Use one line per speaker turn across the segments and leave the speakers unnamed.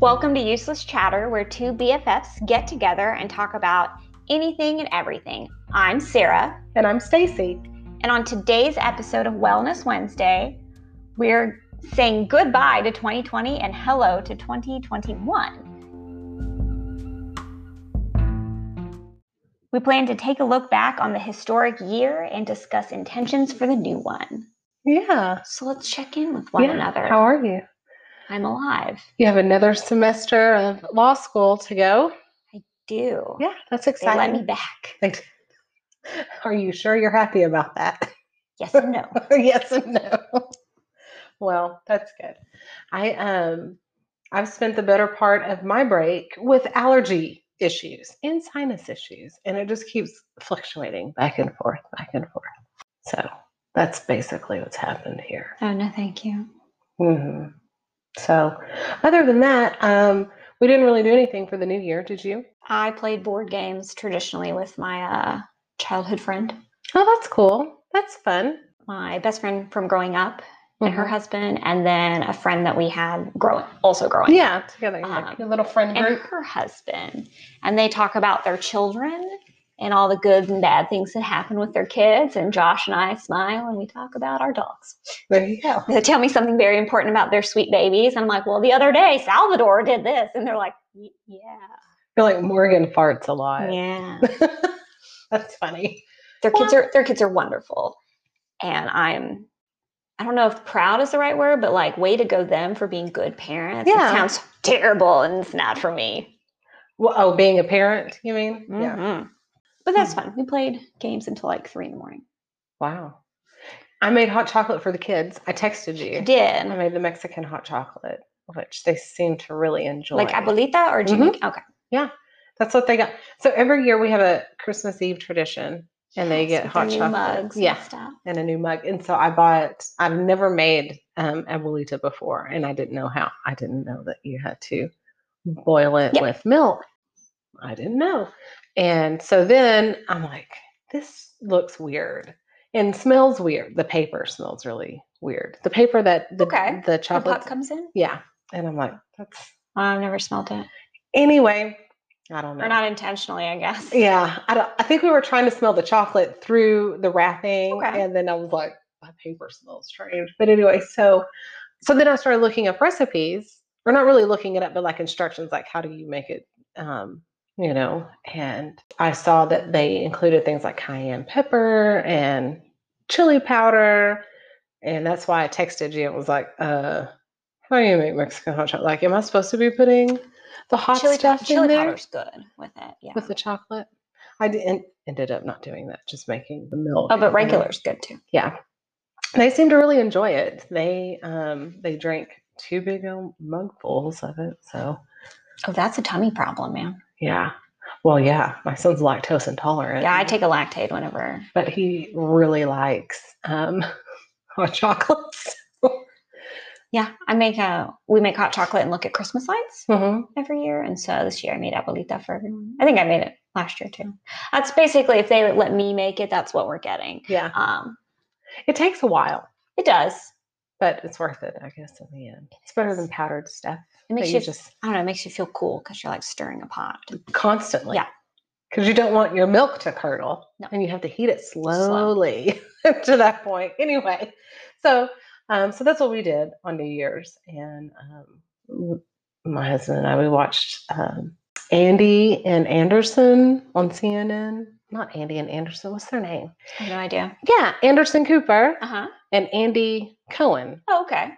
Welcome to Useless Chatter, where two BFFs get together and talk about anything and everything. I'm Sarah,
And I'm Stacy.
and on today's episode of Wellness Wednesday, we're saying goodbye to 2020 and hello to 2021. We plan to take a look back on the historic year and discuss intentions for the new one.
Yeah.
So let's check in with one
Yeah.
another.
How are you?
I'm alive.
You have another semester of law school to go.
Do.
Yeah, that's
They let
exciting.
me back.
They did. Are you sure you're happy about that?
Yes and no.
yes and no. well, that's good. I um I've spent the better part of my break with allergy issues and sinus issues, and it just keeps fluctuating back and forth, back and forth. So that's basically what's happened here.
Oh, no, thank you.
hmm So, other than that, um, we didn't really do anything for the new year, did you?
I played board games traditionally with my uh, childhood friend,
Oh, that's cool. That's fun.
my best friend from growing up, and her
Mhm.
husband, and then a friend that we had growing, also growing. up,
Mm-hmm. Yeah, together,
Um,
like your little friend
And
group.
her husband, and they talk about their children and all the good and bad things that happen with their kids. And Josh and I smile and we talk about our dogs.
There you go.
They tell me something very important about their sweet babies. I'm like, well, the other day Salvador did this, and they're like, "Y- yeah,
I feel like Morgan farts a lot.
yeah.
that's funny.
their kids are their kids are wonderful and i'm i don't know if proud is the right word but like way to go them for being good parents
Yeah.
it sounds terrible and it's not for me
Well, oh, being a parent, you mean?
Mhm. but that's fun we played games until like three in the morning
Wow. I made hot chocolate for the kids. I texted you.
I did
I made the Mexican hot chocolate, which they seem to really enjoy.
like abuelita or
Mm-hmm.
jimmy okay
That's what they got. So every year we have a Christmas Eve tradition, and they
Yes,
get
with their
hot
new
chocolate,
mugs and
yeah,
stuff.
and a new mug. And so I bought. I've never made um, abuelita before, and I didn't know how. I didn't know that you had to boil it
Yep.
with milk. I didn't know, and so then I'm like, this looks weird and smells weird. The paper smells really weird. The paper that the
Okay.
the
When
chocolate, Uh,
pop comes in
yeah. And I'm like, that's
i've never smelled it
anyway. I don't know.
or not intentionally i guess
Yeah, I don't. I think we were trying to smell the chocolate through the wrapping,
Okay.
and then I was like, my paper smells strange. But anyway, so so then I started looking up recipes, or not really looking it up, but like instructions, like how do you make it, um, you know. And I saw that they included things like cayenne pepper and chili powder, and that's why I texted you. It was like, uh, how do you make Mexican hot chocolate? Like, am I supposed to be putting the hot
chili,
stuff
chili
in there?
powder's good with it yeah
with the chocolate. I didn't ended up not doing that, just making the milk.
oh but
and then-
regular's good too
Yeah. They seem to really enjoy it. They um they drank two big old mugfuls of it. So
oh that's a tummy problem man
yeah. Well, yeah, my son's lactose intolerant.
yeah i take a lactaid whenever
but he really likes um hot chocolates.
Yeah, I make a we make hot chocolate and look at Christmas lights
hmm
every year, and so this year I made abuelita for everyone. I think I made it last year too. That's basically if they let me make it, that's what we're getting.
Yeah.
Um,
It takes a while,
it does.
but it's worth it, I guess, in the end. It's better than powdered stuff.
It
that
makes
you
you, Mm.
just
I don't know, it makes you feel cool because you're like stirring a pot.
constantly.
Yeah.
Because you don't want your milk to curdle
No.
and you have to heat it
Slow.
slowly to that point. Anyway, so um, so that's what we did on New Year's. And um, w- my husband and I, we watched um, Andy and Anderson on CNN. Not Andy and Anderson, what's their name?
I have no idea.
Yeah, Anderson Cooper
Uh huh.
and Andy Cohen
Oh, okay.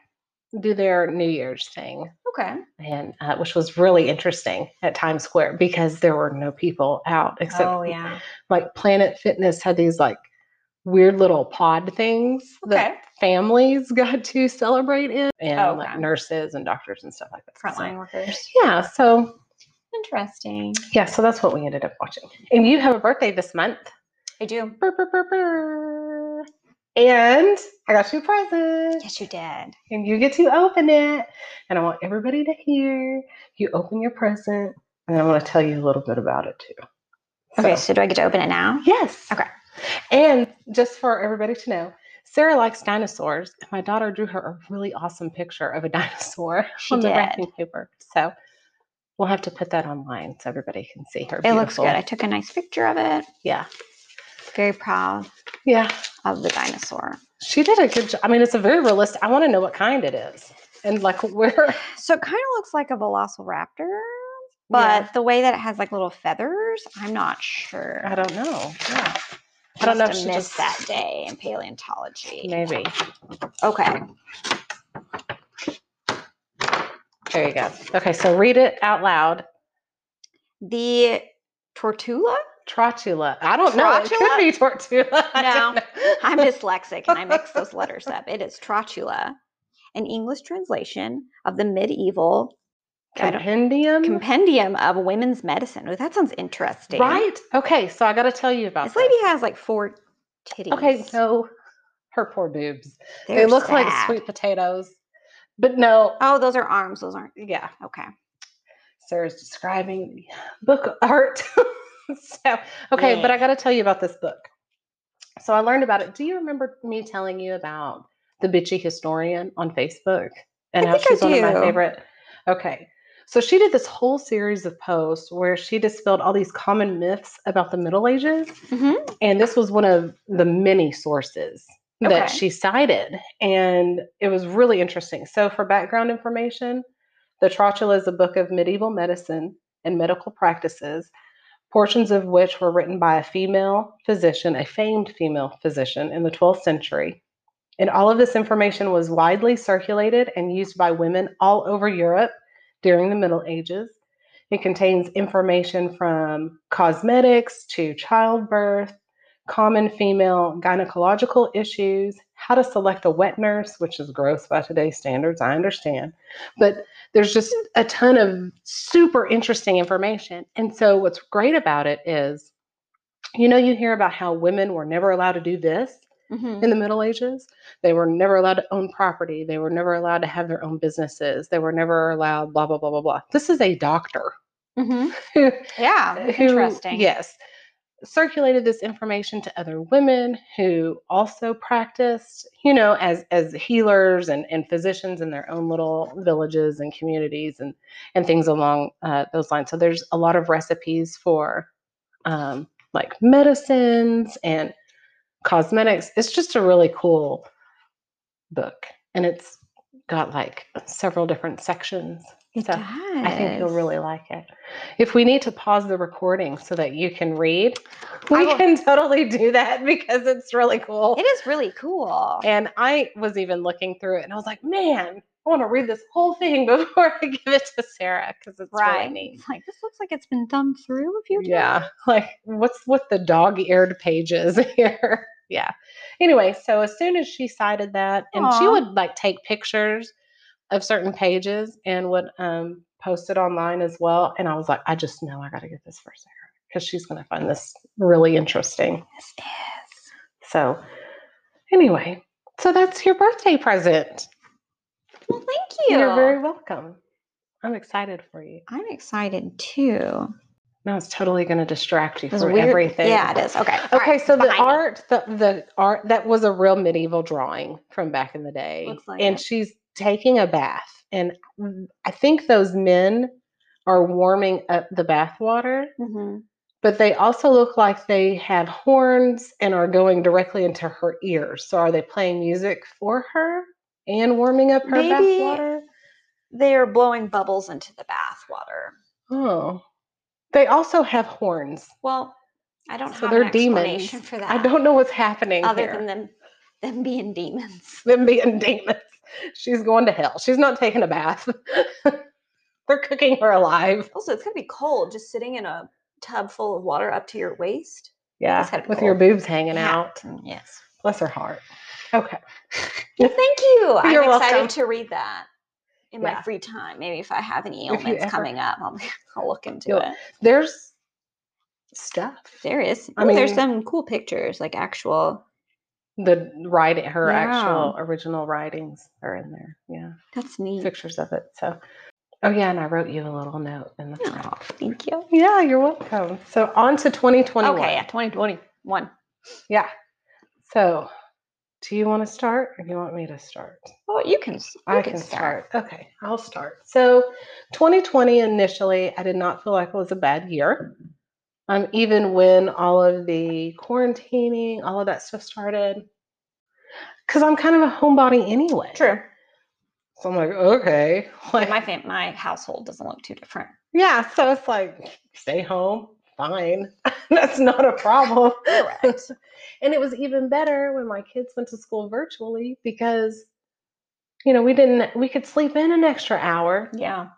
do their New Year's thing
Okay.
and uh, which was really interesting at Times Square because there were no people out except
oh yeah.
like Planet Fitness had these like weird little pod things
Okay.
that families got to celebrate in, and
Oh,
like
okay.
nurses and doctors and stuff like that. So-
Frontline workers.
Yeah. So
Interesting.
yeah, so that's what we ended up watching. And you have a birthday this month.
I do.
Brr, brr, brr, brr. And I got you a present.
Yes, you did.
and you get to open it. And I want everybody to hear you open your present, and I want to tell you a little bit about it too.
Okay.
So-
So do I get to open it now?
yes.
Okay.
And just for everybody to know, Sarah likes dinosaurs, and my daughter drew her a really awesome picture of a dinosaur
She
on the
did.
wrapping paper. So We'll have to put that online so everybody can see her.
It looks good. I
beautiful-
took a nice picture of it.
Yeah.
Very proud
Yeah.
of the dinosaur.
She did a good job. I mean, it's a very realistic. I want to know what kind it is and like where.
So it kind of looks like a velociraptor, but
Yeah,
the way that it has like little feathers, I'm not sure.
I don't know. Yeah. I don't know if
Must
she
have missed
just
that day in paleontology.
Maybe.
Okay.
There you go. Okay, so read it out loud.
The tortula?
Trotula. I don't know. It could
Trotula?
be tortula. I don't know.
I'm dyslexic and I mix those letters up. It is trotula, an English translation of the medieval I don't-
Compendium.
compendium of women's medicine. Oh, that sounds interesting.
Right. Okay. So I got to tell you about
This lady has like four titties.
Okay. So her poor boobs.
They're
they look like
sad.
sweet potatoes, but no.
Oh, those are arms. Those aren't.
Yeah.
Okay.
Sarah's describing book art. so, okay, but
Yeah.
I got to tell you about this book. So I learned about it. Do you remember me telling you about the bitchy historian on Facebook and
I
how
think I
she's one of my
do.
favorite? Okay. So she did this whole series of posts where she dispelled all these common myths about the Middle Ages
hmm
and this was one of the many sources that
Okay.
she cited and it was really interesting so for background information the trotula is a book of medieval medicine and medical practices portions of which were written by a female physician a famed female physician in the 12th century and all of this information was widely circulated and used by women all over europe during the middle ages it contains information from cosmetics to childbirth, common female gynecological issues, how to select a wet nurse, which is gross by today's standards, I understand. But there's just a ton of super interesting information. And so, what's great about it is, you know, you hear about how women were never allowed to do this
hmm
in the Middle Ages. They were never allowed to own property. They were never allowed to have their own businesses. They were never allowed, blah, blah, blah, blah, blah. This is a doctor
hmm
who,
Yeah.
Uh, who-
interesting.
yes, circulated this information to other women who also practiced, you know, as as healers and and physicians in their own little villages and communities and and things along uh, those lines. So there's a lot of recipes for um, like medicines and cosmetics. It's just a really cool book, and it's got like several different sections.
It
So, I think you'll
does.
really like it. If we need to pause the recording so that you can read, we
will-
can totally do that because it's really cool.
It is really cool.
And I was even looking through it and I was like, man, I want to read this whole thing before I give it to Sarah because it's
right.
really neat.
It's like this looks like it's been thumbed through a few times.
Yeah. Like, what's with the dog eared pages here? yeah. Anyway, so as soon as she cited that, and she
Aw.
would like take pictures of certain pages and would um, post it online as well. And I was like, I just know I got to get this for Sarah because she's going to find this really interesting.
This is.
So, anyway, so that's your birthday present.
Well, thank you.
You're very welcome. I'm excited for you.
I'm excited too.
Now it's totally going to distract you
It's
from
weird-
everything.
Yeah, it is. Okay. all
Okay,
right,
so the
behind me.
art, the, the art that was a real medieval drawing from back in the day,
Looks like
and
it.
she's taking a bath, and I think those men are warming up the bath water,
Mhm.
but they also look like they have horns and are going directly into her ears. So are they playing music for her and warming up her bath
Maybe-
water?
They are blowing bubbles into the bath water.
Oh, they also have horns.
Well, I don't
So
have
they're
an explanation
demons.
for that.
I don't know what's happening
other
here.
than them them being demons.
them being demons. She's going to hell. She's not taking a bath. They're cooking her alive.
Also, it's gonna be cold just sitting in a tub full of water up to your waist.
Yeah.
That's kinda
With your
cool.
boobs hanging
Yeah.
out.
Mm, Yes.
Bless her heart. Okay.
Well, thank you. I'm
You're
excited
welcome.
to read that in
Yeah.
my free time. Maybe if I have any
If you
ailments
ever-
coming up, I'll, I'll look into
You'll-
it.
There's stuff.
There is.
I
Ooh, there's
mean-
some cool pictures, like actual.
The writing, her
Yeah.
actual original writings are in there. Yeah.
That's neat.
Pictures of it. So, oh, yeah. And I wrote you a little note in the
Aw,
front.
Oh, thank you.
Yeah, you're welcome. So, on to 2021.
Okay, yeah, 2021.
Yeah. So, Do you want to start or do you want me to start?
Well, you can. s- you
I can start. Okay, I'll start. So, 2020 initially, I did not feel like it was a bad year. Um, even when all of the quarantining, all of that stuff started, because I'm kind of a homebody anyway.
True.
So I'm like, okay, like,
My fam- my household doesn't look too different.
yeah. So it's like, stay home, fine. That's not a problem.
Correct.
and it was even better when my kids went to school virtually because, you know, we didn't we could sleep in an extra hour
yeah.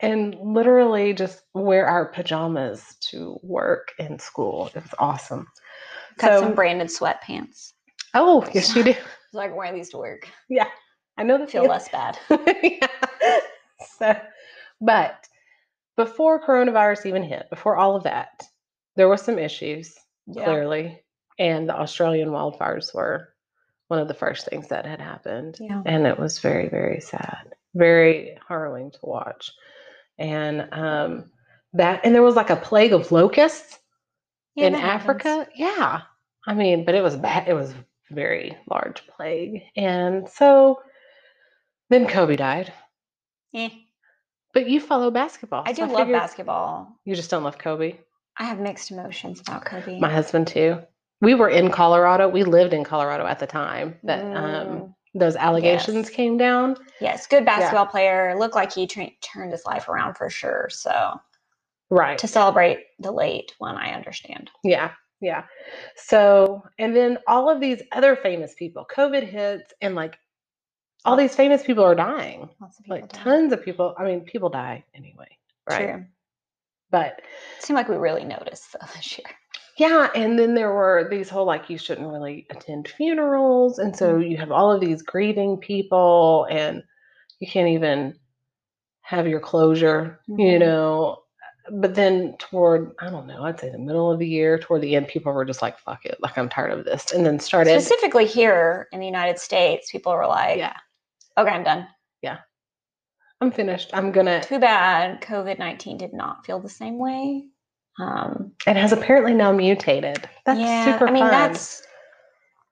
and literally just wear our pajamas to work and school. It's awesome.
Got
So-
some branded sweatpants.
Oh, yes, you do.
It's like wearing these to work.
I know the
Feel
feeling.
less bad.
yeah. So, but before coronavirus even hit, before all of that, there were some issues
Yeah.
clearly, and the Australian wildfires were one of the first things that had happened.
Yeah.
and it was very very sad very harrowing to watch and um that and there was like a plague of locusts
Yeah,
in
that happens.
africa yeah i mean but it was bad it was very large plague and so then kobe died
Eh.
but you follow basketball
I do
so
love
figured-
basketball.
you just don't love kobe
I have mixed emotions about Kobe.
my husband too we were in colorado we lived in colorado at the time that um
Mm.
those allegations
Yes.
came down
yes, good basketball player. Looked like he tra- turned his life around for sure. So
right
to celebrate the late one, I understand.
Yeah, yeah. So, and then all of these other famous people, COVID hits, and like all these famous people are dying.
Lots of people
Like
die.
tons of people. I mean, people die anyway, right?
True.
But
Seemed like we really noticed though, this year.
yeah, and then there were these whole like you shouldn't really attend funerals, and
Mm-hmm.
so you have all of these grieving people, and you can't even have your closure, you
Mhm.
know. But then toward I don't know, I'd say the middle of the year, toward the end, people were just like, "Fuck it," like I'm tired of this, and then started.
Specifically here in the United States, people were like,
Yeah.
okay, I'm done.
I'm finished. I'm gonna.
Too bad COVID 19 did not feel the same way. Um,
It has apparently now mutated. That's
yeah,
super
I mean,
fun.
that's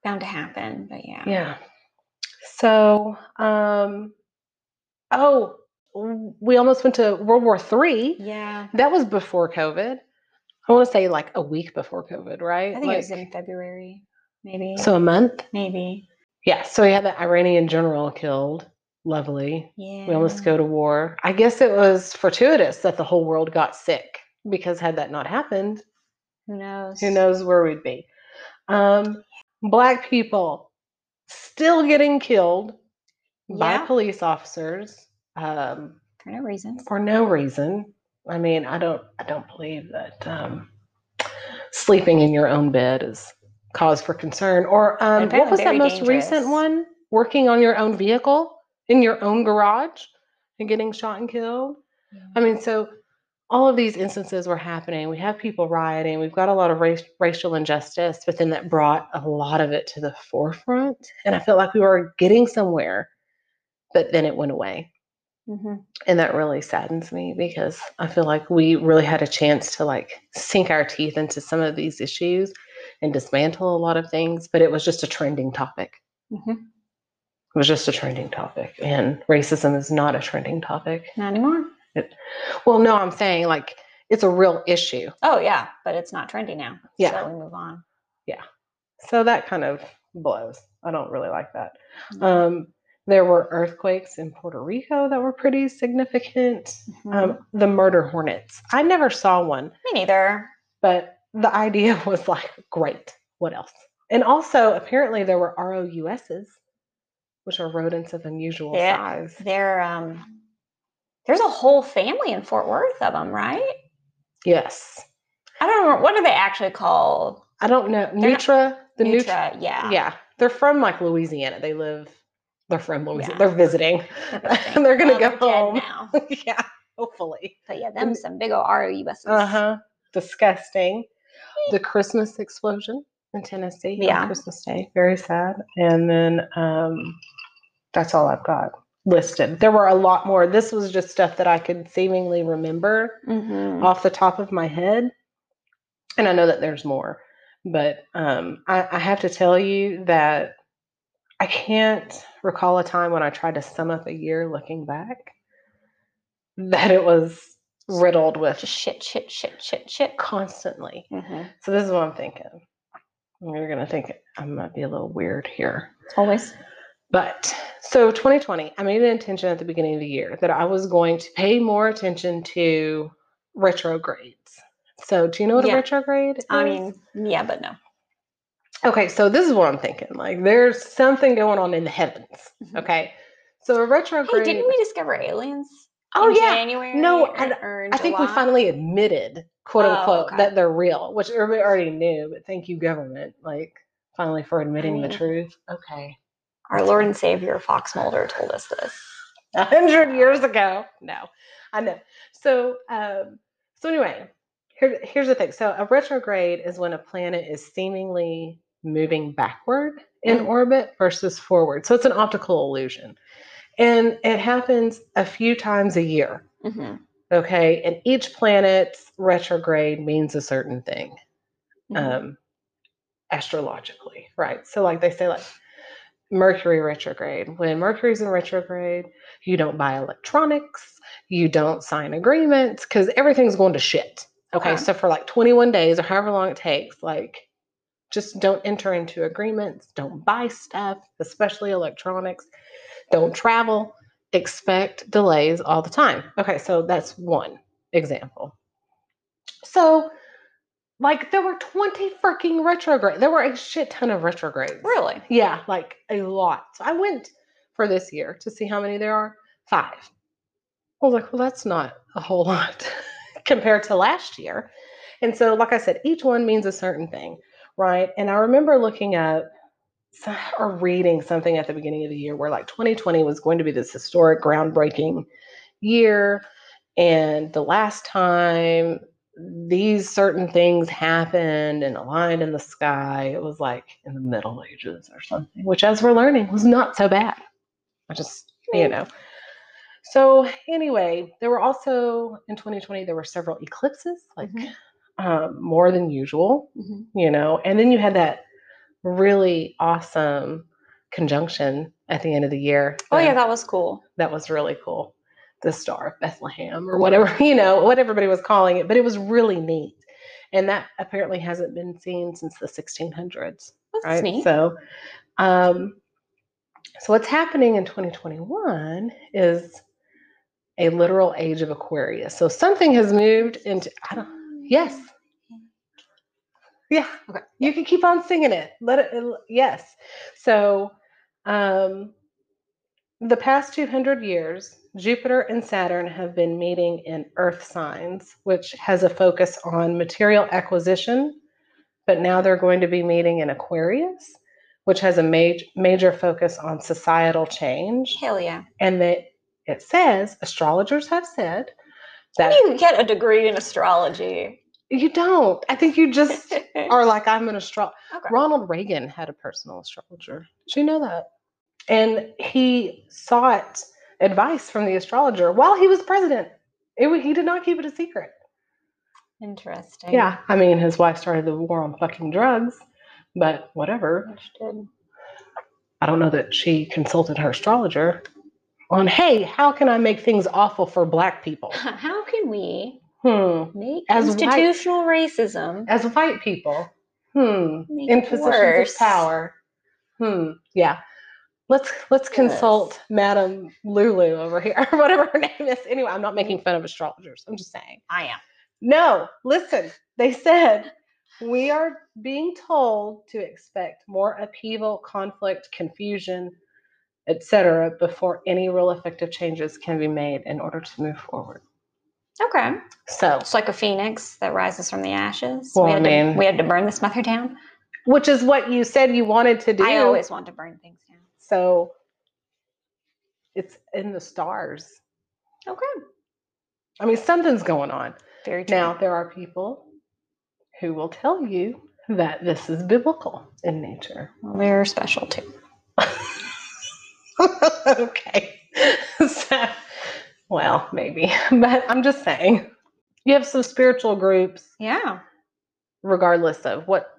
bound to happen, but yeah.
yeah. So, um, oh, w- we almost went to World War Three.
Yeah.
That was before COVID. I want to say like a week before COVID,
I
right?
think it was
Like-
in February, maybe.
so a month.
maybe.
Yeah. So we had the Iranian general killed. Lovely.
Yeah.
We almost go to war. I guess it was fortuitous that the whole world got sick because had that not happened,
Who knows?
Who knows where we'd be? Um, black people still getting killed by
Yeah.
police officers um,
For no reason.
for no reason. I mean, I don't, I don't believe that um, sleeping in your own bed is cause for concern. Or um, what
apparently
was that
very
most recent
dangerous.
one? Working on your own vehicle in your own garage and getting shot and killed. I mean, so all of these instances were happening. We have people rioting. We've got a lot of race, racial injustice, but then that brought a lot of it to the forefront. And I felt like we were getting somewhere, but then it went away.
hmm
And that really saddens me because I feel like we really had a chance to like sink our teeth into some of these issues and dismantle a lot of things, but it was just a trending topic. mm-hmm.
hmm
It was just a trending topic. And racism is not a trending topic.
Not anymore.
Well, no, I'm saying like it's a real issue.
Oh, yeah. But it's not trendy now.
Yeah.
So we move on.
So that kind of blows. I don't really like that.
No.
Um, there were earthquakes in Puerto Rico that were pretty significant.
Mhm.
Um, the murder hornets. I never saw one,
Me neither.
but the idea was like, great, what else? And also, apparently, there were ROUSs, which are rodents of unusual
Yeah.
size.
They're, um, there's a whole family in Fort Worth of them, right?
Yes.
I don't remember. What are they actually called?
I don't know.
not-
Nutra, the Nutra.
Nutra. yeah.
Yeah. They're from like Louisiana. They live, they're from Louisiana.
Yeah.
They're visiting.
interesting.
They're gonna
they're
go
dead
home.
now.
yeah. Hopefully.
But yeah, them some big old ROUSs.
Uh huh. Disgusting. The Christmas explosion in Tennessee on
Yeah.
Christmas Day. Very sad. And then um, that's all I've got listed. There were a lot more. This was just stuff that I could seemingly remember
Mhm.
off the top of my head. And I know that there's more, but um, I, I have to tell you that I can't recall a time when I tried to sum up a year looking back that it was riddled with
Just shit, shit, shit, shit, shit.
constantly.
hmm
So this is what I'm thinking. You're gonna think I might be a little weird here.
Always.
But so 2020, I made an intention at the beginning of the year that I was going to pay more attention to retrogrades. So do you know what
Yeah.
a retrograde is?
I mean, yeah, but no.
okay, so this is what I'm thinking. Like there's something going on in the heavens.
Mhm.
Okay. So a
Hey,
retrograde.
didn't we discover aliens?
oh
in
yeah.
January.
No,
or-
and
or
I think we
July?
finally admitted, quote
Oh,
unquote,
okay.
that they're real, which everybody already knew, but thank you, government, like finally for admitting the
mean-
truth. Okay.
our Lord and Savior Fox Mulder told us this.
a hundred years ago. No, I know. So, um, so anyway, here, here's the thing. So, a retrograde is when a planet is seemingly moving backward in
Mm.
orbit versus forward. So, it's an optical illusion, and it happens a few times a year.
Mm-hmm.
Okay, and each planet's retrograde means a certain thing
Mm-hmm.
um, astrologically, right? So, like they say, like Mercury retrograde. When Mercury's in retrograde, you don't buy electronics, you don't sign agreements because everything's going to shit. Okay,
Okay.
so for like 21 days or however long it takes, like just don't enter into agreements, don't buy stuff, especially electronics, don't travel, expect delays all the time. Okay, so that's one example. So, like, there were 20 freaking retrograde. There were a shit ton of retrogrades.
really?
Yeah, like a lot. So I went for this year to see how many there are. Five. I was like, well, that's not a whole lot compared to last year. And so, like I said, each one means a certain thing, right? And I remember looking up so- or reading something at the beginning of the year where like 2020 was going to be this historic, groundbreaking year. And the last time these certain things happened and aligned in the sky, it was like in the Middle Ages or something, which, as we're learning, was not so bad. I just, you
Hmm.
know. So, anyway, there were also in 2020, there were several eclipses, like
Mhm.
um, more than usual,
Mhm.
you know. And then you had that really awesome conjunction at the end of the year.
Oh yeah,
the-
that was cool.
that was really cool. The Star of Bethlehem or whatever, you know, what everybody was calling it, but it was really neat. And that apparently hasn't been seen since the 1600s,
That's
right?
neat.
So, um, so what's happening in 2021 is a literal age of Aquarius. So something has moved into, I don't, yes. Yeah.
Okay.
You can keep on singing it. Let it, it'll- yes. So, um, the past 200 years, Jupiter and Saturn have been meeting in Earth signs, which has a focus on material acquisition, but now they're going to be meeting in Aquarius, which has a major major focus on societal change.
Hell yeah.
And that it says astrologers have said
How
that
do you get a degree in astrology?
you don't. I think you just
okay.
or like I'm an astrologer. Ronald Reagan had a personal astrologer. Did you know that? And he sought advice from the astrologer while he was president. It, wa- he did not keep it a secret.
Interesting.
Yeah, I mean, his wife started the war on fucking drugs, but whatever.
Understood.
I don't know that she consulted her astrologer on, hey, how can I make things awful for black people?
How can we
Hmm.
make
As white-
institutional racism?
As white people, hmm,
Make
in
it
positions
worse.
of power. Hmm. Yeah. Let's let's consult Madam Lulu over here, whatever her name is. Anyway, I'm not
Mm.
making fun of astrologers. I'm just saying.
I am.
No, listen. They said we are being told to expect more upheaval, conflict, confusion, etc., before any real effective changes can be made in order to move forward.
Okay.
So,
It's like a phoenix that rises from the ashes.
Well,
we,
I
had
mean-
to, we had to burn this mother down.
which is what you said you wanted to do.
I always want to burn things down.
So it's in the stars.
Okay.
I mean, something's going on.
Very true.
Now, there are people who will tell you that this is biblical in nature.
we're special too.
okay. so, well, maybe, but I'm just saying. You have some spiritual groups,
Yeah.
regardless of what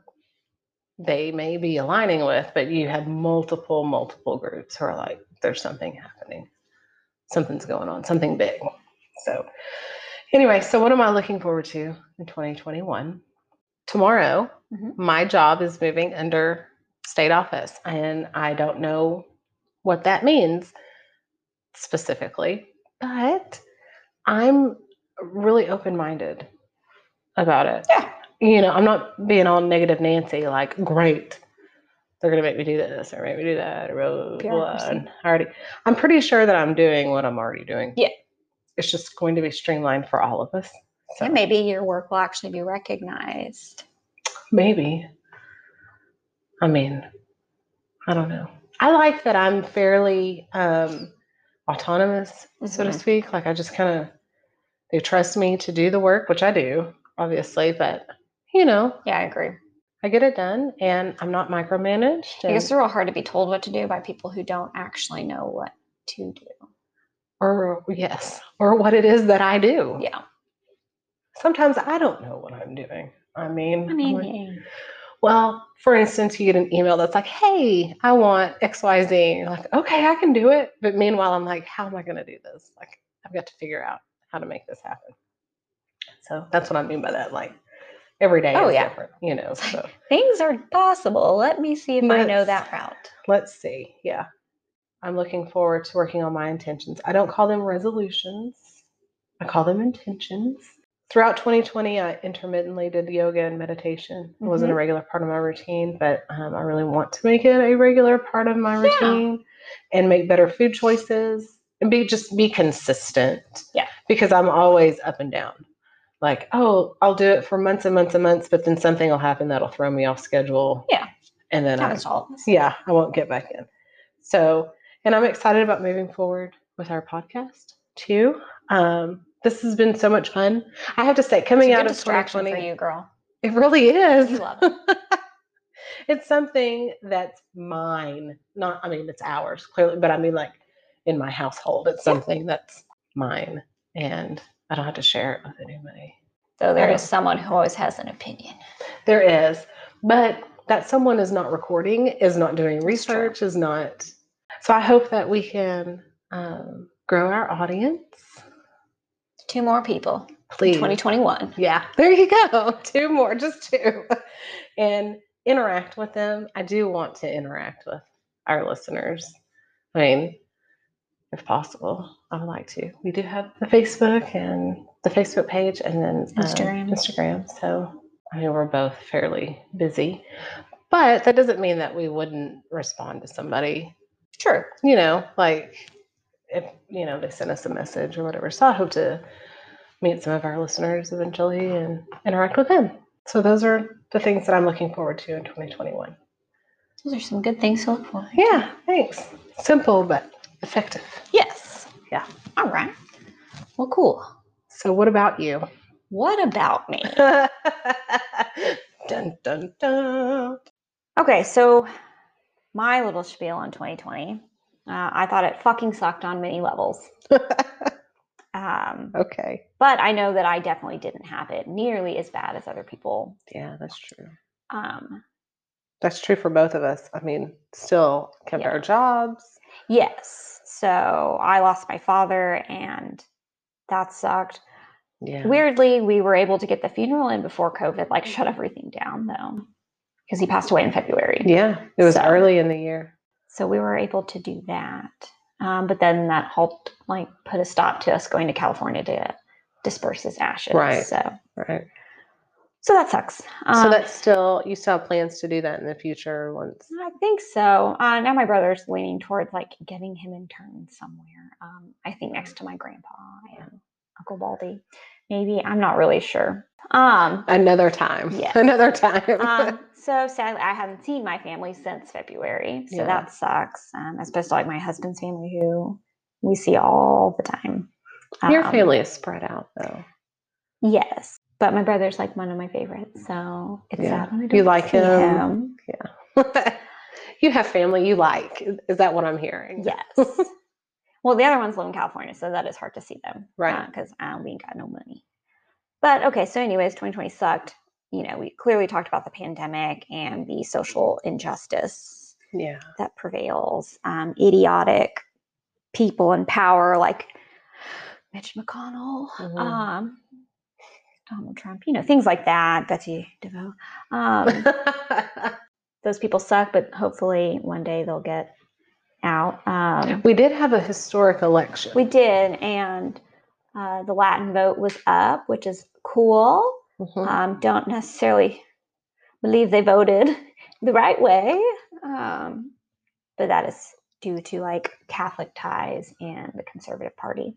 they may be aligning with, but you had multiple, multiple groups who are like, there's something happening. Something's going on, something big. So, anyway, so what am I looking forward to in 2021? Tomorrow,
Mhm.
my job is moving under state office, and I don't know what that means specifically, but I'm really open minded about it.
Yeah.
You know, I'm not being all negative Nancy, like, great, they're going to make me do this or make me do that or blah, blah, blah, blah.
Bureaucracy.
And I already, I'm pretty sure that I'm doing what I'm already doing.
Yeah.
It's just going to be streamlined for all of us. So
Yeah, maybe your work will actually be recognized.
maybe. I mean, I don't know. I like that I'm fairly um, autonomous, so to
Mhm.
speak. Like I just kind of, they trust me to do the work, which I do, obviously, but you know,
Yeah, I agree.
I get it done and I'm not micromanaged.
I guess
And,
they're all hard to be told what to do by people who don't actually know what to do.
or, yes, or what it is that I do.
Yeah.
Sometimes I don't know what I'm doing. I mean,
I
I'm
mean,
like,
yeah.
Well, for instance, you get an email that's like, hey, I want XYZ. You're like, okay, I can do it. But meanwhile, I'm like, how am I going to do this? Like, I've got to figure out how to make this happen. So that's what I mean by that. Like, every day
Oh,
is
yeah.
different, you know.
It's like-
So
things are possible. Let me see if I know
Let's-
that route.
let's see. Yeah. I'm looking forward to working on my intentions. I don't call them resolutions, I call them intentions. Throughout 2020, I intermittently did yoga and meditation. It wasn't a
Mm-hmm.
regular part of my routine, but um, I really want to make it a regular part of my
Yeah.
routine and make better food choices and be just be consistent.
Yeah.
Because I'm always up and down. Like, oh, I'll do it for months and months and months, but then something will happen that'll throw me off schedule.
Yeah.
And then I
Happens to all of us.
yeah, I won't get back in. So, and I'm excited about moving forward with our podcast too. Um, this has been so much fun. I have to say, coming
It's a
out
good
of
distraction for
2020,
you, girl.
it really
You
is.
love it.
It's something that's mine. Not, I mean, it's ours clearly, but I mean, like in my household, it's something that's mine, and I don't have to share it with anybody.
Though there
I
is someone who always has an opinion.
There is, but that someone is not recording, is not doing
true.
research, is not. So I hope that we can um, grow our audience.
Two more people. in
Please.
2021.
Yeah, there you go. Two more, just two. And interact with them. I do want to interact with our listeners. I mean, if possible, I would like to. We do have the Facebook and the Facebook page and then um,
Instagram.
Instagram. So I mean, we're both fairly busy, but that doesn't mean that we wouldn't respond to somebody
True.
you know, like if you know they sent us a message or whatever. So I hope to meet some of our listeners eventually and interact with them. So those are the things that I'm looking forward to in 2021.
Those are some good things to look for.
Yeah, thanks. Simple but effective.
Yes.
Yeah.
All right. Well, cool.
So what about you?
What about me?
dun dun dun.
Okay, so my little spiel on 2020, uh, I thought it fucking sucked on many levels. um,
okay.
but I know that I definitely didn't have it nearly as bad as other people.
Yeah, that's true.
Um,
That's true for both of us. I mean, still kept
Yeah.
our jobs.
yes, so I lost my father, and that sucked.
Yeah.
Weirdly, we were able to get the funeral in before COVID, like shut everything down though, because he passed away in February.
Yeah, it was
So-
early in the year.
So we were able to do that. Um, but then that helped like put a stop to us going to California to disperse his ashes.
Right.
So
Right.
so that sucks. Um,
so that's still you still have plans to do that in the future once.
I think so. Uh, now my brother's leaning towards like getting him interned somewhere. Um, I think next to my grandpa and Uncle Baldy. Maybe I'm not really sure. Um,
Another time.
Yeah.
Another time.
um, so sadly, I haven't seen my family since February, so
Yeah.
that sucks. Um, as opposed to like my husband's family, who we see all the time.
Your
Um,
family is spread out though.
yes, but my brother's like one of my favorites, so it's
Yeah.
sad when I
You
don't
like
see
him.
him.
you have family you like. is- Is that what I'm hearing?
Yes. well, the other ones live in California, so that is hard to see them, um,
Right.
Because uh, we ain't got no money. But okay, so anyways, 2020 sucked. you know, we clearly talked about the pandemic and the social injustice
Yeah.
that prevails, um, idiotic people in power like Mitch McConnell,
Mhm.
um, Donald Trump, you know, things like that, Betsy DeVoe. Um, those people suck, but hopefully one day they'll get out. Um,
we did have a historic election.
we did, and uh, the Latin vote was up, which is cool.
Mhm.
Um, don't necessarily believe they voted the right way, um, but that is due to like Catholic ties and the Conservative Party.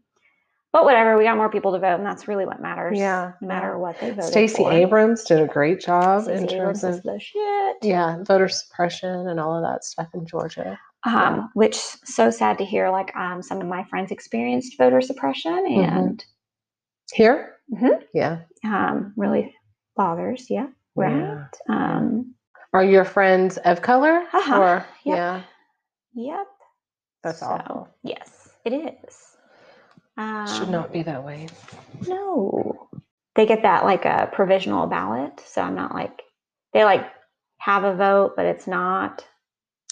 But whatever, we got more people to vote, and that's really what matters.
Yeah,
no matter what they voted.
Stacey
for.
Abrams did a great job
Stacey
in
Abrams
terms
is
of
the shit.
yeah, voter suppression and all of that stuff in Georgia.
um, which s- so sad to hear. Like um, some of my friends experienced voter suppression,
Mm-hmm.
and
Here?
Mhm.
Yeah.
um, really bothers. Yeah,
Yeah.
right. Um,
Are your friends of color?
Uh-huh.
Or
Yep.
yeah,
yep.
that's
So,
awful.
Yes, it is. Um,
Should not be that way.
No, they get that like a provisional ballot. So I'm not like they like have a vote, but it's not.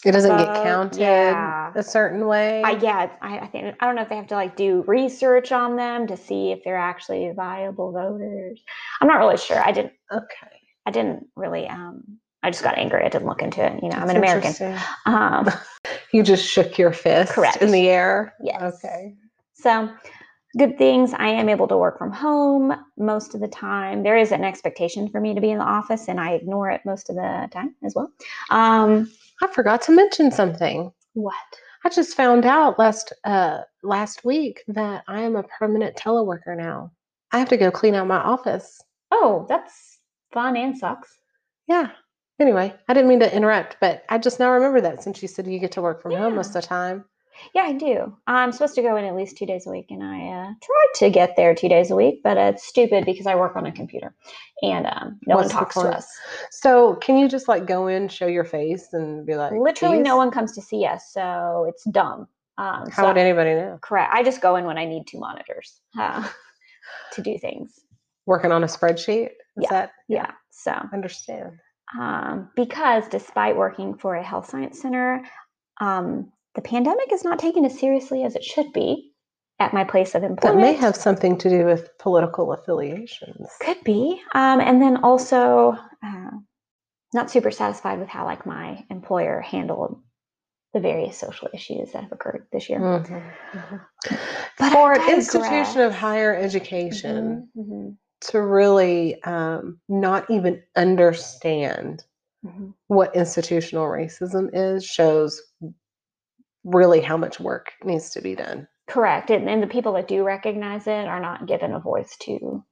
It doesn't get
Vote,
counted
Uh, yeah.
a certain way.
I yeah, it's- I, I think I don't know if they have to like do research on them to see if they're actually viable voters. I'm not really sure. I didn't.
okay.
I didn't really. Um, I just got angry. I didn't look into it. You know, I'm
That's
an American.
interesting.
Um,
You just shook your fist
Correct.
in the air.
Yes.
Okay.
so good things. I am able to work from home most of the time. There is an expectation for me to be in the office, and I ignore it most of the time as well. Um,
I forgot to mention something.
what?
I just found out last uh last week that I am a permanent teleworker now. I have to go clean out my office.
Oh, that's fun and sucks.
Yeah. Anyway, I didn't mean to interrupt, but I just now remember that since you said you get to work from home most of the time.
Yeah, I do. I'm supposed to go in at least two days a week, and I uh, try to get there two days a week, but uh, it's stupid because I work on a computer, and um, no
What's the
one talks to
point?
us.
So can you just like go in, show your face, and be like,
Literally,
"These?"
no one comes to see us, so it's dumb. Um,
How
so
would anybody know?
Correct. I just go in when I need two monitors uh, to do things.
Working on a spreadsheet. Is
Yeah.
that
Yeah. So,
I understand?
um, because despite working for a health science center, um, the pandemic is not taken as seriously as it should be at my place of
That
employment.
may have something to do with political affiliations.
Could be. Um, and then also, uh, not super satisfied with how like my employer handled the various social issues that have occurred this year.
Mhm, mhm.
But I
For an institution of
digress.
higher education
Mhm, mhm,
to really um, not even understand
mhm.
what institutional racism is shows really how much work needs to be done.
Correct. And, and the people that do recognize it are not given a voice to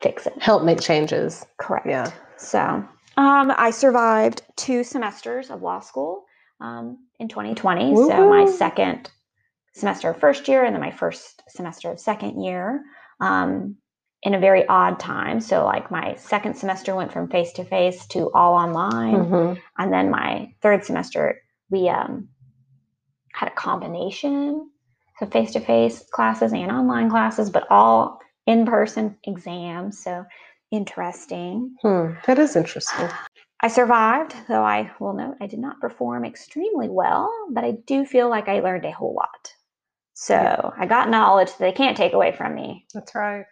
fix it.
Help make changes.
Correct.
Yeah.
So um, I survived two semesters of law school um, in 2020. So my
Woohoo.
second semester of first year and then my first semester of second year um, in a very odd time. So, like, my second semester went from face to face to all online.
Mhm.
And then my third semester, we um, had a combination of face to face classes and online classes, but all in person exams. So interesting.
Hmm, That is interesting.
I survived, though I will note I did not perform extremely well, but I do feel like I learned a whole lot. So I got knowledge that they can't take away from me.
That's right.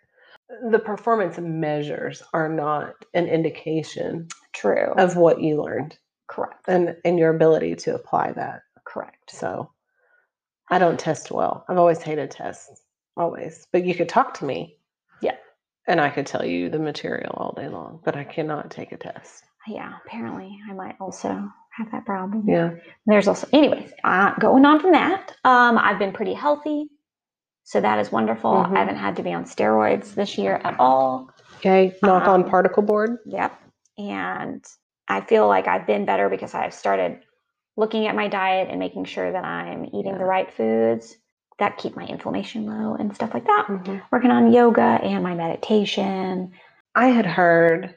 The performance measures are not an indication
True.
of what you learned
correct.
and, and your ability to apply that.
correct.
So I don't test well. I've always hated tests, always. But you could talk to me.
Yeah.
And I could tell you the material all day long, but I cannot take a test.
Yeah, apparently I might also have that problem.
Yeah.
there's also anyways uh, going on from that um, i've been pretty healthy so that is wonderful
Mhm.
i haven't had to be on steroids this year at all
Okay. Knock on
Um,
particle board.
yep and i feel like i've been better because i've started looking at my diet and making sure that i'm eating the
Yeah.
right foods that keep my inflammation low and stuff like that working on yoga and my meditation
I had heard,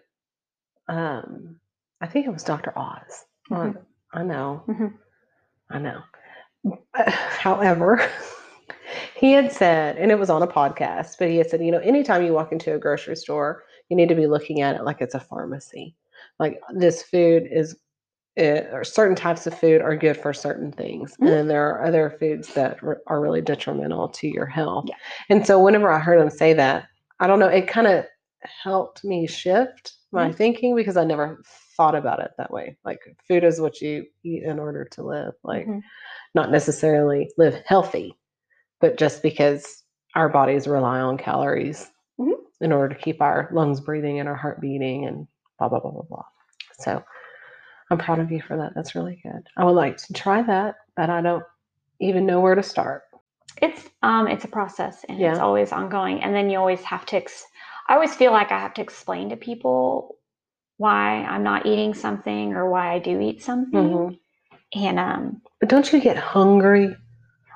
um, I think it was Dr. Oz. on-
Mm-hmm.
I know.
Mhm.
I know. Uh, However, he had said, and it was on a podcast, but he had said, you know, anytime you walk into a grocery store, you need to be looking at it like it's a pharmacy. Like this food is, it, or certain types of food are good for certain things, and then there are other foods that r- are really detrimental to your health.
Yeah.
And so, whenever I heard him say that, I don't know, it kind of helped me shift my
Mhm.
thinking because I never thought about it that way. Like food is what you eat in order to live. Like
Mhm.
not necessarily live healthy, but just because our bodies rely on calories
Mhm.
in order to keep our lungs breathing and our heart beating and blah, blah, blah, blah, blah. So I'm proud of you for that. That's really good. I would like to try that, but I don't even know where to start.
it's um it's a process and it's
Yeah.
always ongoing and then you always have to ex- i always feel like i have to explain to people why i'm not eating something or why i do eat something
Mhm.
and um
But don't you get hungry?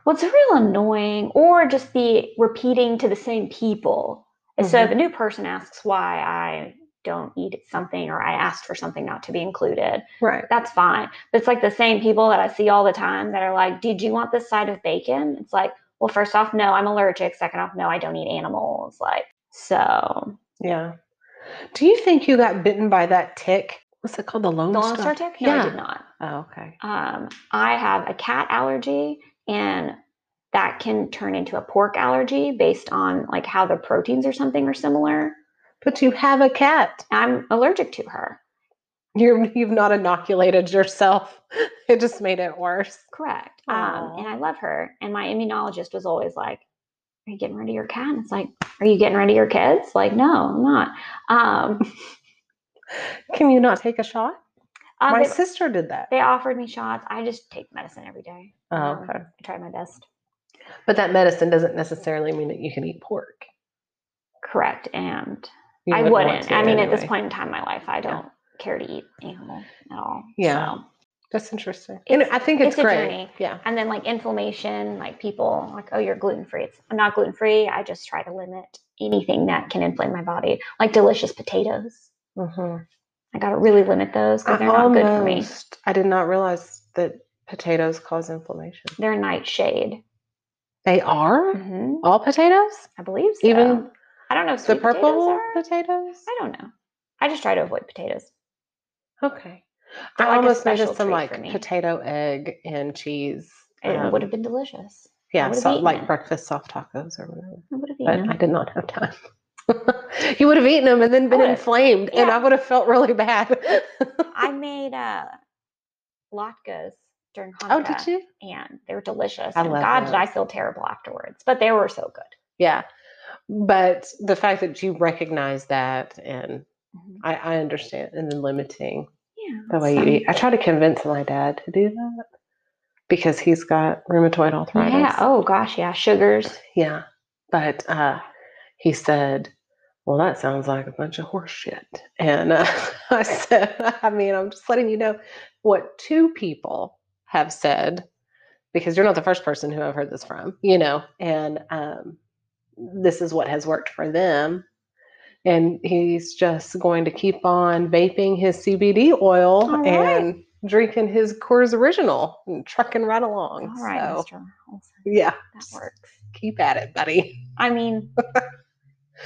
well it's real annoying or just the repeating to the same people and so if a new person asks why i don't eat something or i asked for something not to be included
Right.
that's fine. But it's like the same people that I see all the time that are like, Did you want this side of bacon? It's like, Well, first off, no, I'm allergic. Second off, no, I don't eat animals. Like, so
Yeah. Do you think you got bitten by that tick? What's it called? The Lone,
the Lone
Star-
Star tick? No, I
Yeah.
did not.
Oh, okay.
Um, I have a cat allergy and that can turn into a pork allergy based on like how the proteins or something are similar.
But you have a cat.
I'm allergic to her.
You're, you've not inoculated yourself. It just made it worse.
Correct. Um, and I love her. And my immunologist was always like, Are you getting rid of your cat? And it's like, Are you getting rid of your kids? Like, no, I'm not. Um,
Can you not take a shot?
um,
My
they,
sister did that.
they offered me shots. I just take medicine every day.
Oh,
um,
okay.
I try my best.
But that medicine doesn't necessarily mean that you can eat pork.
Correct. And
You
I
wouldn't want
wouldn't.
to
I mean, at
anyway.
this point in time in my life, I don't care to eat animal at all.
Yeah.
So.
That's interesting. And
It's-
I think it's,
it's a
great.
journey.
Yeah.
And then like inflammation, like people like, oh, you're gluten free. It's I'm not gluten free. I just try to limit anything that can inflame my body, like delicious potatoes.
Mhm.
I gotta really limit those because
I
Mm-hmm. they're not good for me.
almost- I did not realize that potatoes cause inflammation.
They're nightshade.
They are?
hmm
All potatoes?
I believe so.
Mm-hmm. Even
I don't know if
the
sweet potatoes
purple
are.
potatoes?
I don't know. I just try to avoid potatoes.
Okay.
They're
I
like a
almost
special
measured some
treat for
like
me.
potato, egg, and cheese.
It
um,
would have been delicious.
yeah,
would've
so,
eaten
like
it.
breakfast soft tacos or whatever.
I would have
But
eaten.
I
it.
did not have time. you would have eaten them and then been
would've.
inflamed, and
Yeah.
I would have felt really bad.
I made uh, latkes during Hanukkah.
oh, did you?
and they were delicious.
I
and
love
God, did I
those.
feel terrible afterwards? But they were so good.
Yeah. But the fact that you recognize that, and
Mhm.
I, I understand, and then limiting
Yeah,
the way you
some-
eat. I try to convince my dad to do that because he's got rheumatoid arthritis.
Yeah. Oh gosh. Yeah. Sugars.
Yeah. But uh, he said, Well, that sounds like a bunch of horse shit. And uh, I said, I mean, I'm just letting you know what two people have said, because you're not the first person who I've heard this from, you know, and um, this is what has worked for them. And he's just going to keep on vaping his CBD oil
All right.
and drinking his Coors Original and trucking right
All
along.
right,
so,
Mr. Olson,
yeah,
that works.
keep at it, buddy.
I mean,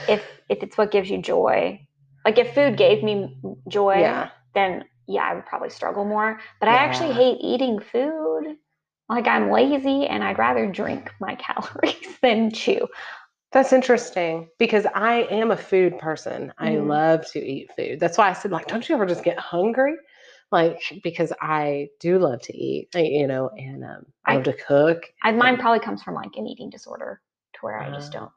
if if it's what gives you joy, like if food gave me m- joy,
Yeah.
then yeah, I would probably struggle more. But I actually
Yeah.
hate eating food. Like I'm lazy, and I'd rather drink my calories than chew.
That's interesting because I am a food person. I
Mhm.
love to eat food. That's why I said, like, don't you ever just get hungry? Like, because I do love to eat, I- you know, and um, I
I-
love to cook.
I, mine
and-
probably comes from like an eating disorder, to where I just
Ah.
don't.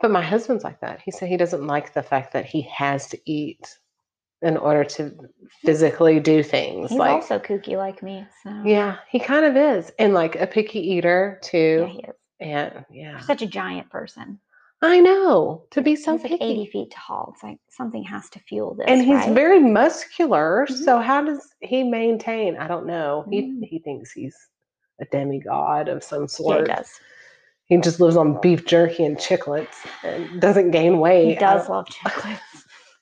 But my husband's like that. He said he doesn't like the fact that he has to eat in order to physically do things.
He's
like,
also kooky like me, so
yeah, he kind of is, and like a picky eater
yeah,
too.
he is.
And yeah,
Such a giant person.
I know to be so
he's like
picky.
80 feet tall. It's like something has to fuel this.
and he's
right?
very muscular.
Mhm.
So how does he maintain? I don't know. He
Mm.
he thinks he's a demigod of some
yeah, he
sort.
does.
he, just lives on beef jerky and chiclets and doesn't gain weight.
He
I
does
don't-
love chocolates.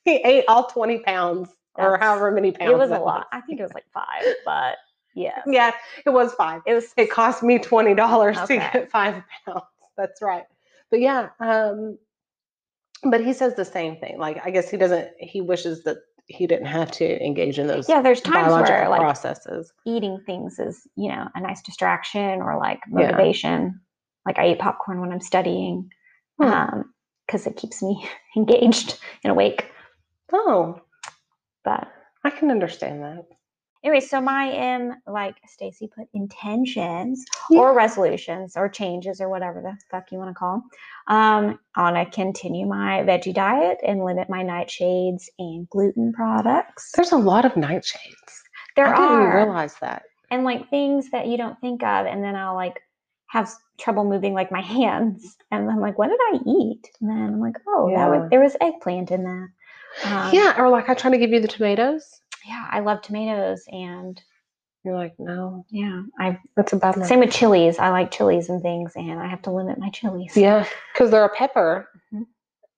He ate all twenty pounds or
That's-
however many pounds.
it was a
that
lot. I think it was like five, but yeah,
was. Yeah, it was five.
it was.
It cost me twenty dollars
Okay.
to get five pounds. That's right. But yeah, um, But he says the same thing. Like I guess he doesn't. He wishes that he didn't have to engage in those
Yeah, there's times
biological
where like
processes.
eating things is, you know, a nice distraction or like
Yeah.
motivation. Like I eat popcorn when I'm studying
Hmm.
because it keeps me engaged and awake.
Oh,
But
I can understand that.
anyway, so my M, like Stacy put, intentions
Yeah.
or resolutions or changes or whatever the fuck you want to call them. Um, I want to continue my veggie diet and limit my nightshades and gluten products.
There's a lot of nightshades.
There
I
are.
didn't realize that.
and like things that you don't think of and then i'll like have s- trouble moving like my hands and i'm like what did i eat and then i'm like oh that
Yeah.
was, there was eggplant in that Um,
yeah, or like I try to give you the tomatoes.
yeah i love tomatoes and
You're like, no,
yeah i
that's a bad
same with chilies i like chilies and things and i have to limit my chilies
Yeah, because they're a pepper,
Mhm.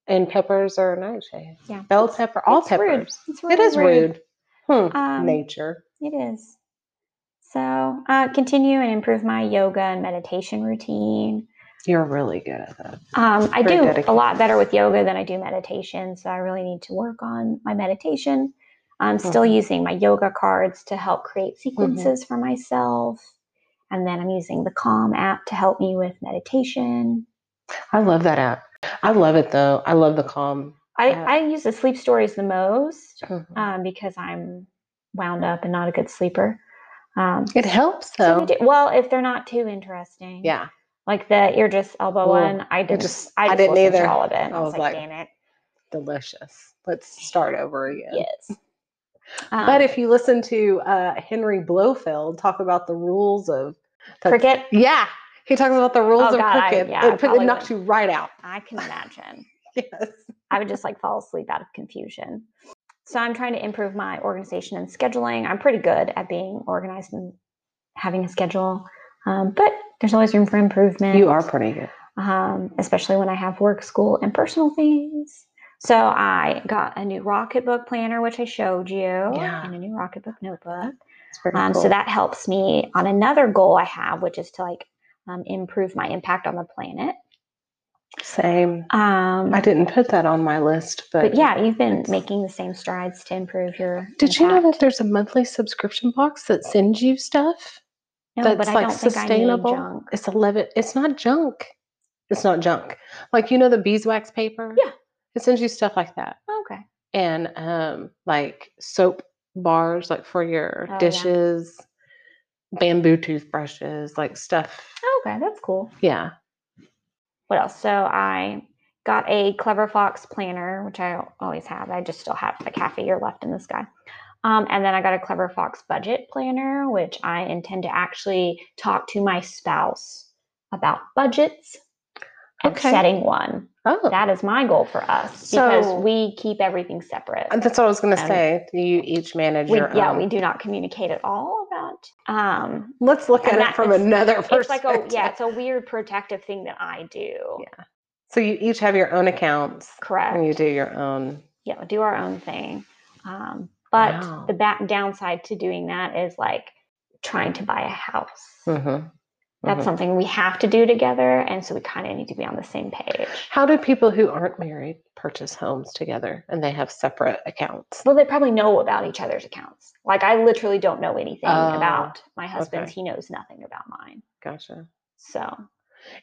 and peppers are a nightshade.
yeah
Bell
It's-
pepper, all
it's rude.
peppers.
it's
It is rude. Hmm.
Um,
Nature.
It is. So uh, continue and improve my yoga and meditation routine.
You're really good at that.
Um, I
Very
do a
dedicated.
lot better with yoga than I do meditation, so I really need to work on my meditation. I'm still
Mhm.
using my yoga cards to help create
Mm-hmm.
sequences for myself, and then I'm using the Calm app to help me with meditation.
I love that app. I love it though. I love the calm.
I,
Yeah.
I use the sleep stories the most
Mhm.
um, because I'm wound up and not a good sleeper. Um,
it helps
so they
though.
do- well, if they're not too interesting,
Yeah.
Like the ear just elbow
Ooh,
one, I didn't.
just-
I,
I
just
didn't
listened to
either.
all of it. and
I
I was,
was
like,
like,
damn it,
Delicious. Let's start over again.
yes. Um,
But if you listen to uh, Henry Blofeld talk about the rules of, That's-
cricket,
yeah, he talks about the rules
Oh,
of
God, I-
cricket.
yeah, I
it, put, it
probably
knocks you right out.
I can imagine.
Yes.
I would just like fall asleep out of confusion. So I'm trying to improve my organization and scheduling. I'm pretty good at being organized and having a schedule, um, but there's always room for improvement.
You are pretty good.
um, especially when I have work, school, and personal things. So I got a new Rocketbook planner, which I showed you,
Yeah.
and a new Rocketbook notebook.
It's very
Um, So
cool.
that helps me on another goal I have, which is to like um, improve my impact on the planet.
Same.
Um,
I didn't put that on my list, but,
but yeah, you've been
it's-
making the same strides to improve your.
Did you know
impact.
that there's a monthly subscription box that sends you stuff?
No, but
that's,
I
like,
don't think I need
sustainable?
junk.
It's eleven. It's not junk. It's not junk. Like you know the beeswax paper.
Yeah.
It sends you stuff like that,
Okay.
and um, like soap bars, like for your
Oh, yeah.
dishes, bamboo toothbrushes, like stuff.
Okay, that's cool.
Yeah.
What else? So I got a Clever Fox planner, which I always have. I just still have like half a year left in this guy. Um, and then I got a Clever Fox budget planner, which I intend to actually talk to my spouse about budgets and
Okay.
setting one.
Oh.
That is my goal for us because
So-
we keep everything separate.
And um, that's what I was gonna
Um,
say. You each manage
We,
your
yeah,
own.
we do not communicate at all about. Um,
Let's look
And
at it
that-
from
it's-
another
it's
perspective.
like a yeah, it's a weird protective thing that I do.
So you each have your own accounts
Correct.
and you do your own.
yeah, do our own thing. Um, but
Wow.
the back downside to doing that is like trying to buy a house.
Mhm,
That's
mhm.
something we have to do together, and so we kind of need to be on the same page.
How do people who aren't married purchase homes together and they have separate accounts?
Well, they probably know about each other's accounts. Like I literally don't know anything
Oh,
about my husband's.
okay.
He knows nothing about mine.
Gotcha.
So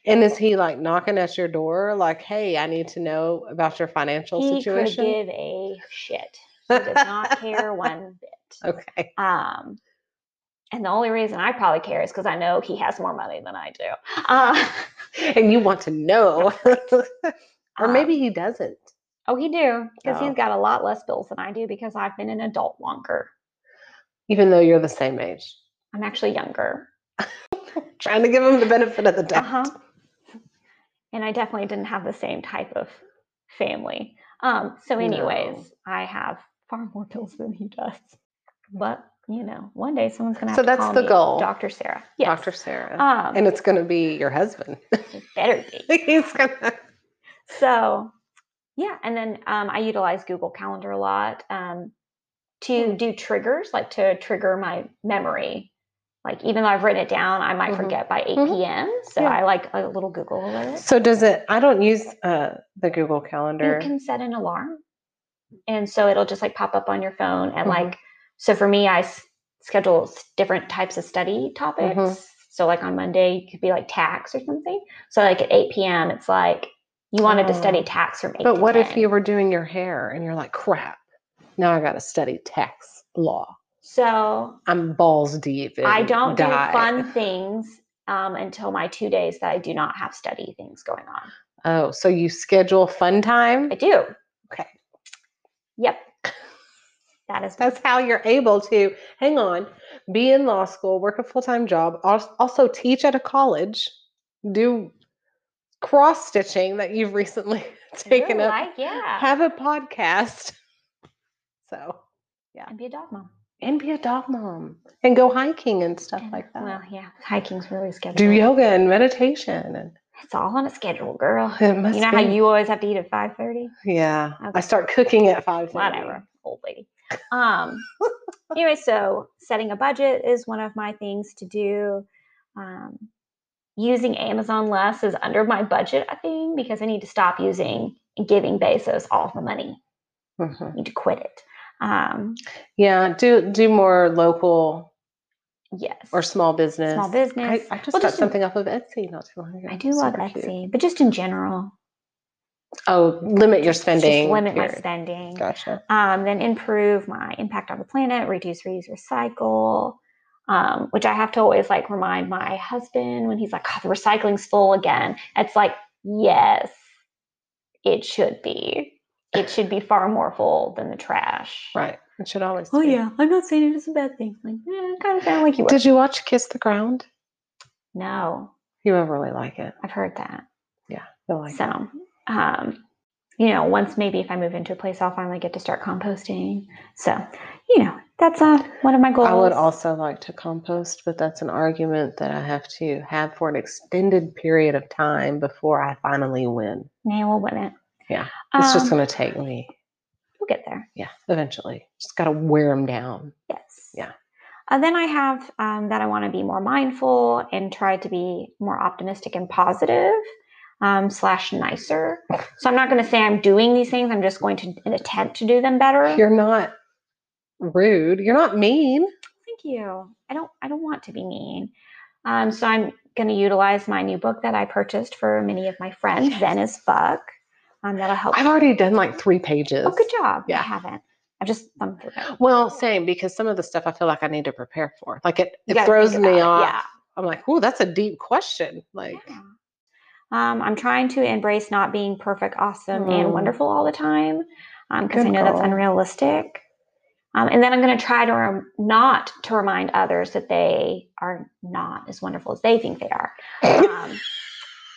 And is he like knocking at your door, like, "Hey, I need to know about your financial
he could
situation"?
give a shit. He does not care one bit.
okay.
Um, and the only reason I probably care is because I know he has more money than I do. Uh,
And you want to know, or
um,
maybe he doesn't.
Oh, he do because
Oh.
he's got a lot less bills than I do because I've been an adult longer.
Even though you're the same age,
I'm actually younger,
trying to give him the benefit of the doubt.
Uh-huh. and I definitely didn't have the same type of family. Um, so, anyways,
No.
I have far more bills than he does. But you know, one day someone's gonna. Have
So
to
that's
call
the
me
goal.
Doctor Sarah. Yes.
Dr. Sarah,
Um,
and it's going to be your husband.
it better be.
He's gonna.
So, yeah, and then um, I utilize Google Calendar a
Hmm.
lot um, to do triggers, like to trigger my memory Like even though I've written it down, I might
Mhm.
forget by 8
Mhm.
p.m. So
Yeah.
I like a little Google alert.
So does it? I don't use uh, the Google Calendar.
You can set an alarm, and so it'll just like pop up on your phone. And
Mhm.
like, so for me, I s- schedule s- different types of study
Mm-hmm.
topics. So like on Monday, it could be like tax or something. So like at 8 p.m., it's like you wanted to
Oh.
study tax from 8
but
to
what if
10.
you were doing your hair and you're like, crap? Now I got to study tax law.
So
I'm balls deep.
I
in
don't
dye.
do fun things um, until my two days that I do not have study things going on.
Oh, so you schedule fun time?
I do.
Okay.
Yep. That is
That's how you're able to hang on, be in law school, work a full time job, al- also teach at a college, do cross stitching that you've recently taken
You're
up,
Like, yeah.
have a podcast. So,
and be a dog mom.
and be a dog mom and go hiking and stuff
And-
like that.
Well, yeah. Hiking's really scheduled.
do yoga and meditation. And
It's all on a schedule, girl.
it must
You know
be.
how you always have to eat at 5.30?
yeah. I
Okay.
start cooking at five.
Whatever. Old lady. Um, anyway, so setting a budget is one of my things to do. Um, using Amazon less is under my budget, I think, because I need to stop using and giving Bezos all the money.
Mhm.
I need to quit it. Um,
Yeah. Do do more local
yes.
or small business.
small
I,
business.
I just
Well,
got
just in-
something off of Etsy not too long ago.
I do love
Super
Etsy,
cute.
but just in general,
Oh, limit your spending.
just limit my
period.
spending.
Gotcha.
um, then improve my impact on the planet, reduce, reuse, recycle, um, which I have to always like remind my husband when he's like, oh, the recycling's full again. It's like, yes, it should be. It should be far more full than the trash.
Right. It should always.
Oh
be.
yeah, I'm not saying it is a bad thing. Like, eh, I kind of sound like you were.
Did you watch Kiss the Ground?
no,
You will really like it.
I've heard that.
You'll like it.
So, um, you know, once maybe if I move into a place, I'll finally get to start composting. So, you know, that's uh, one of my goals.
I would also like to compost, but that's an argument that I have to have for an extended period of time before I finally win.
Nah, we'll win it.
Yeah, It's just
Um,
going to take me.
we'll get there.
Yeah, eventually. Just got to wear them down.
Yes.
Yeah.
And then I have um, that I want to be more mindful and try to be more optimistic and positive um, slash nicer. So I'm not going to say I'm doing these things. I'm just going to an attempt to do them better.
You're not rude. You're not mean.
Thank you. I don't. I don't want to be mean. Um, so I'm going to utilize my new book that I purchased for many of my friends.
Yes.
Zen is fuck. Um, that'll help.
I've already done like three pages.
oh, good job. I
Yeah.
haven't. I've just thumbed through it.
Well, same because some of the stuff I feel like I need to prepare for. Like it,
You
it
gotta
throws
think about
me
it.
off.
Yeah.
I'm like, oh, that's a deep question. Like,
Yeah. Um, I'm trying to embrace not being perfect, awesome,
Mm.
and wonderful all the time because
Good
I know that's
girl.
unrealistic. Um, and then I'm going to try to rem- not to remind others that they are not as wonderful as they think they are. Um,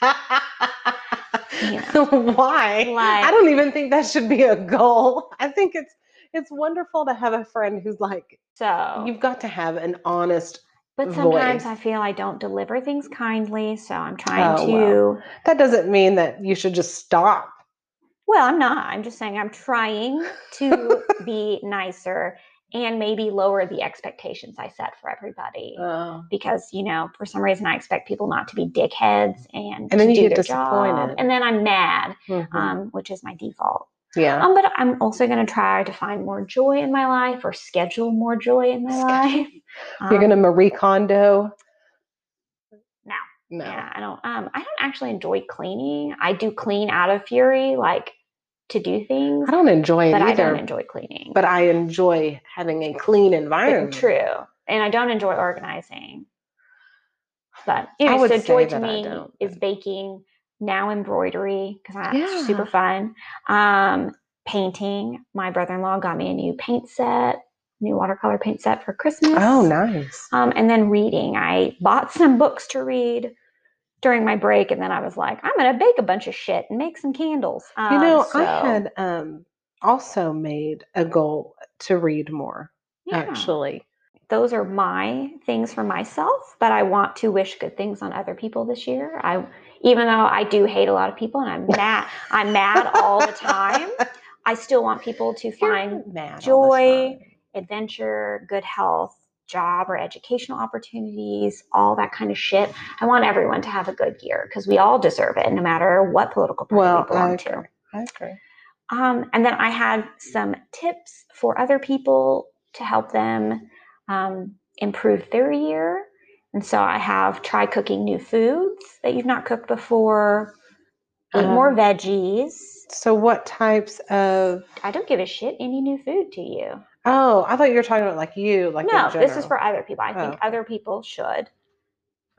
why?
Like-
I don't even think that should be a goal. I think it's it's wonderful to have a friend who's like,
so,
you've got to have an honest.
but sometimes I
voice.
feel I don't deliver things kindly, so I'm trying
Oh,
to.
well.
Well.
That doesn't mean that you should just stop.
I'm not. I'm just saying I'm trying to be nicer and maybe lower the expectations I set for everybody.
Oh,
because you know for some reason I expect people not to be dickheads and
And then
to
you
do
get
their job,
disappointed.
and then I'm mad,
mhm.
um, which is my default.
yeah.
Um, but I'm also going to try to find more joy in my life or schedule more joy in my
Schedule.
life.
You're gonna
Um,
Marie Kondo.
No.
No.
yeah, I don't. Um, I don't actually enjoy cleaning. I do clean out of fury, like to do things,
I don't enjoy it
but I
either.
don't enjoy cleaning.
but I enjoy having a clean
But
environment.
true, and I don't enjoy organizing. But anyway,
would
so
say
joy to
that I
me
don't,
is baking, now embroidery because that's
Yeah.
super fun. Um, painting. My brother-in-law got me a new paint set, new watercolor paint set for Christmas.
Oh, nice.
Um, and then reading. I bought some books to read during my break, and then I was like, I'm gonna bake a bunch of shit and make some candles. Um,
you know, I
so,
had um, also made a goal to read more,
yeah.
actually.
those are my things for myself, but I want to wish good things on other people this year. I even though I do hate a lot of people and I'm mad, I'm mad all the time. I still want people to
You're
find
not mad all the
joy.
time.
adventure, good health, job or educational opportunities, all that kind of shit. I want everyone to have a good year because we all deserve it, no matter what political party
Well,
we belong
I
to.
I agree.
Um, and then I had some tips for other people to help them um, improve their year. And so I have try cooking new foods that you've not cooked before, eat more
Um,
veggies.
So, what types of?
I don't give a shit any new food to you.
Oh, I thought you were talking about like you, like in
no, this is
general.
for other people. I think
Oh.
other people should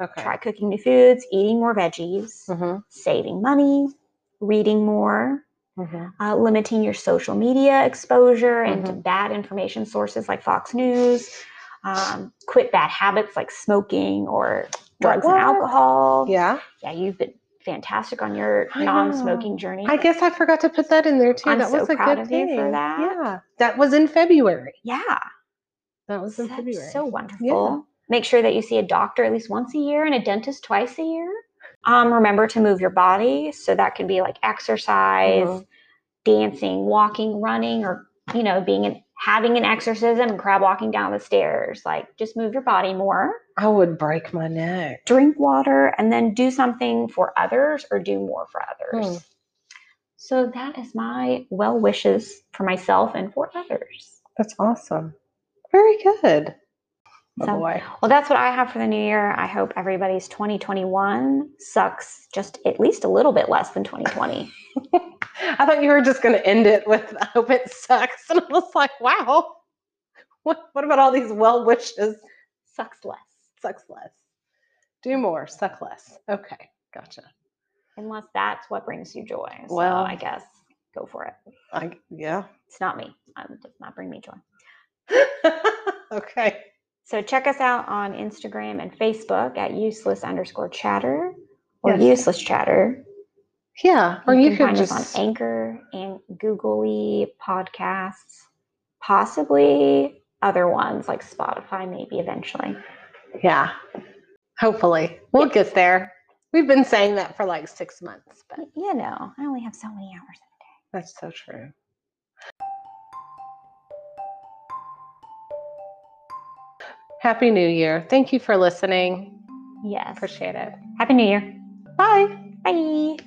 okay.
try cooking new foods, eating more veggies,
Mm-hmm,
saving money, reading more,
mm-hmm,
uh, limiting your social media exposure and to bad information sources like Fox News, um, quit bad habits like smoking or drugs and
What?
alcohol.
Yeah,
Yeah, you've been fantastic on your
I
non-smoking
know.
journey.
I guess I forgot to put that in there too.
I'm
that
so
was a
proud
good
of you for
thing.
that.
Yeah, that was in February.
yeah,
That was in
that's
February.
so wonderful. Make sure that you see a doctor at least once a year and a dentist twice a year. Um, remember to move your body, so that can be like exercise,
Mhm.
dancing, walking, running, or you know, being an having an exorcism and crab walking down the stairs. Like just move your body more,
I would break my neck.
drink water, and then do something for others or do more for others.
Hmm.
So that is my well wishes for myself and for others.
That's awesome. Very good. Oh
So-
boy.
Well, that's what I have for the new year. I hope everybody's 2021 sucks just at least a little bit less than 2020.
I thought you were just going to end it with "I hope it sucks," and I was like, "Wow, what? What about all these well wishes?
sucks less.
Sucks less. Do more. Suck less. Okay, gotcha.
Unless that's what brings you joy. So
Well-
I guess go for it.
I yeah.
It's not me. Um, it does not bring me joy.
okay.
So check us out on Instagram and Facebook at useless underscore chatter or
Yes.
useless chatter.
Yeah. Or you,
can
could
find
just
us on Anchor and Googly podcasts, possibly other ones like Spotify, maybe eventually.
yeah. Hopefully, we'll get there. We've been saying that for like six months, but
Y- You know, I only have so many hours.
that's so true. Happy New Year. Thank you for listening.
Yes.
Appreciate it.
Happy New Year.
Bye.
Bye.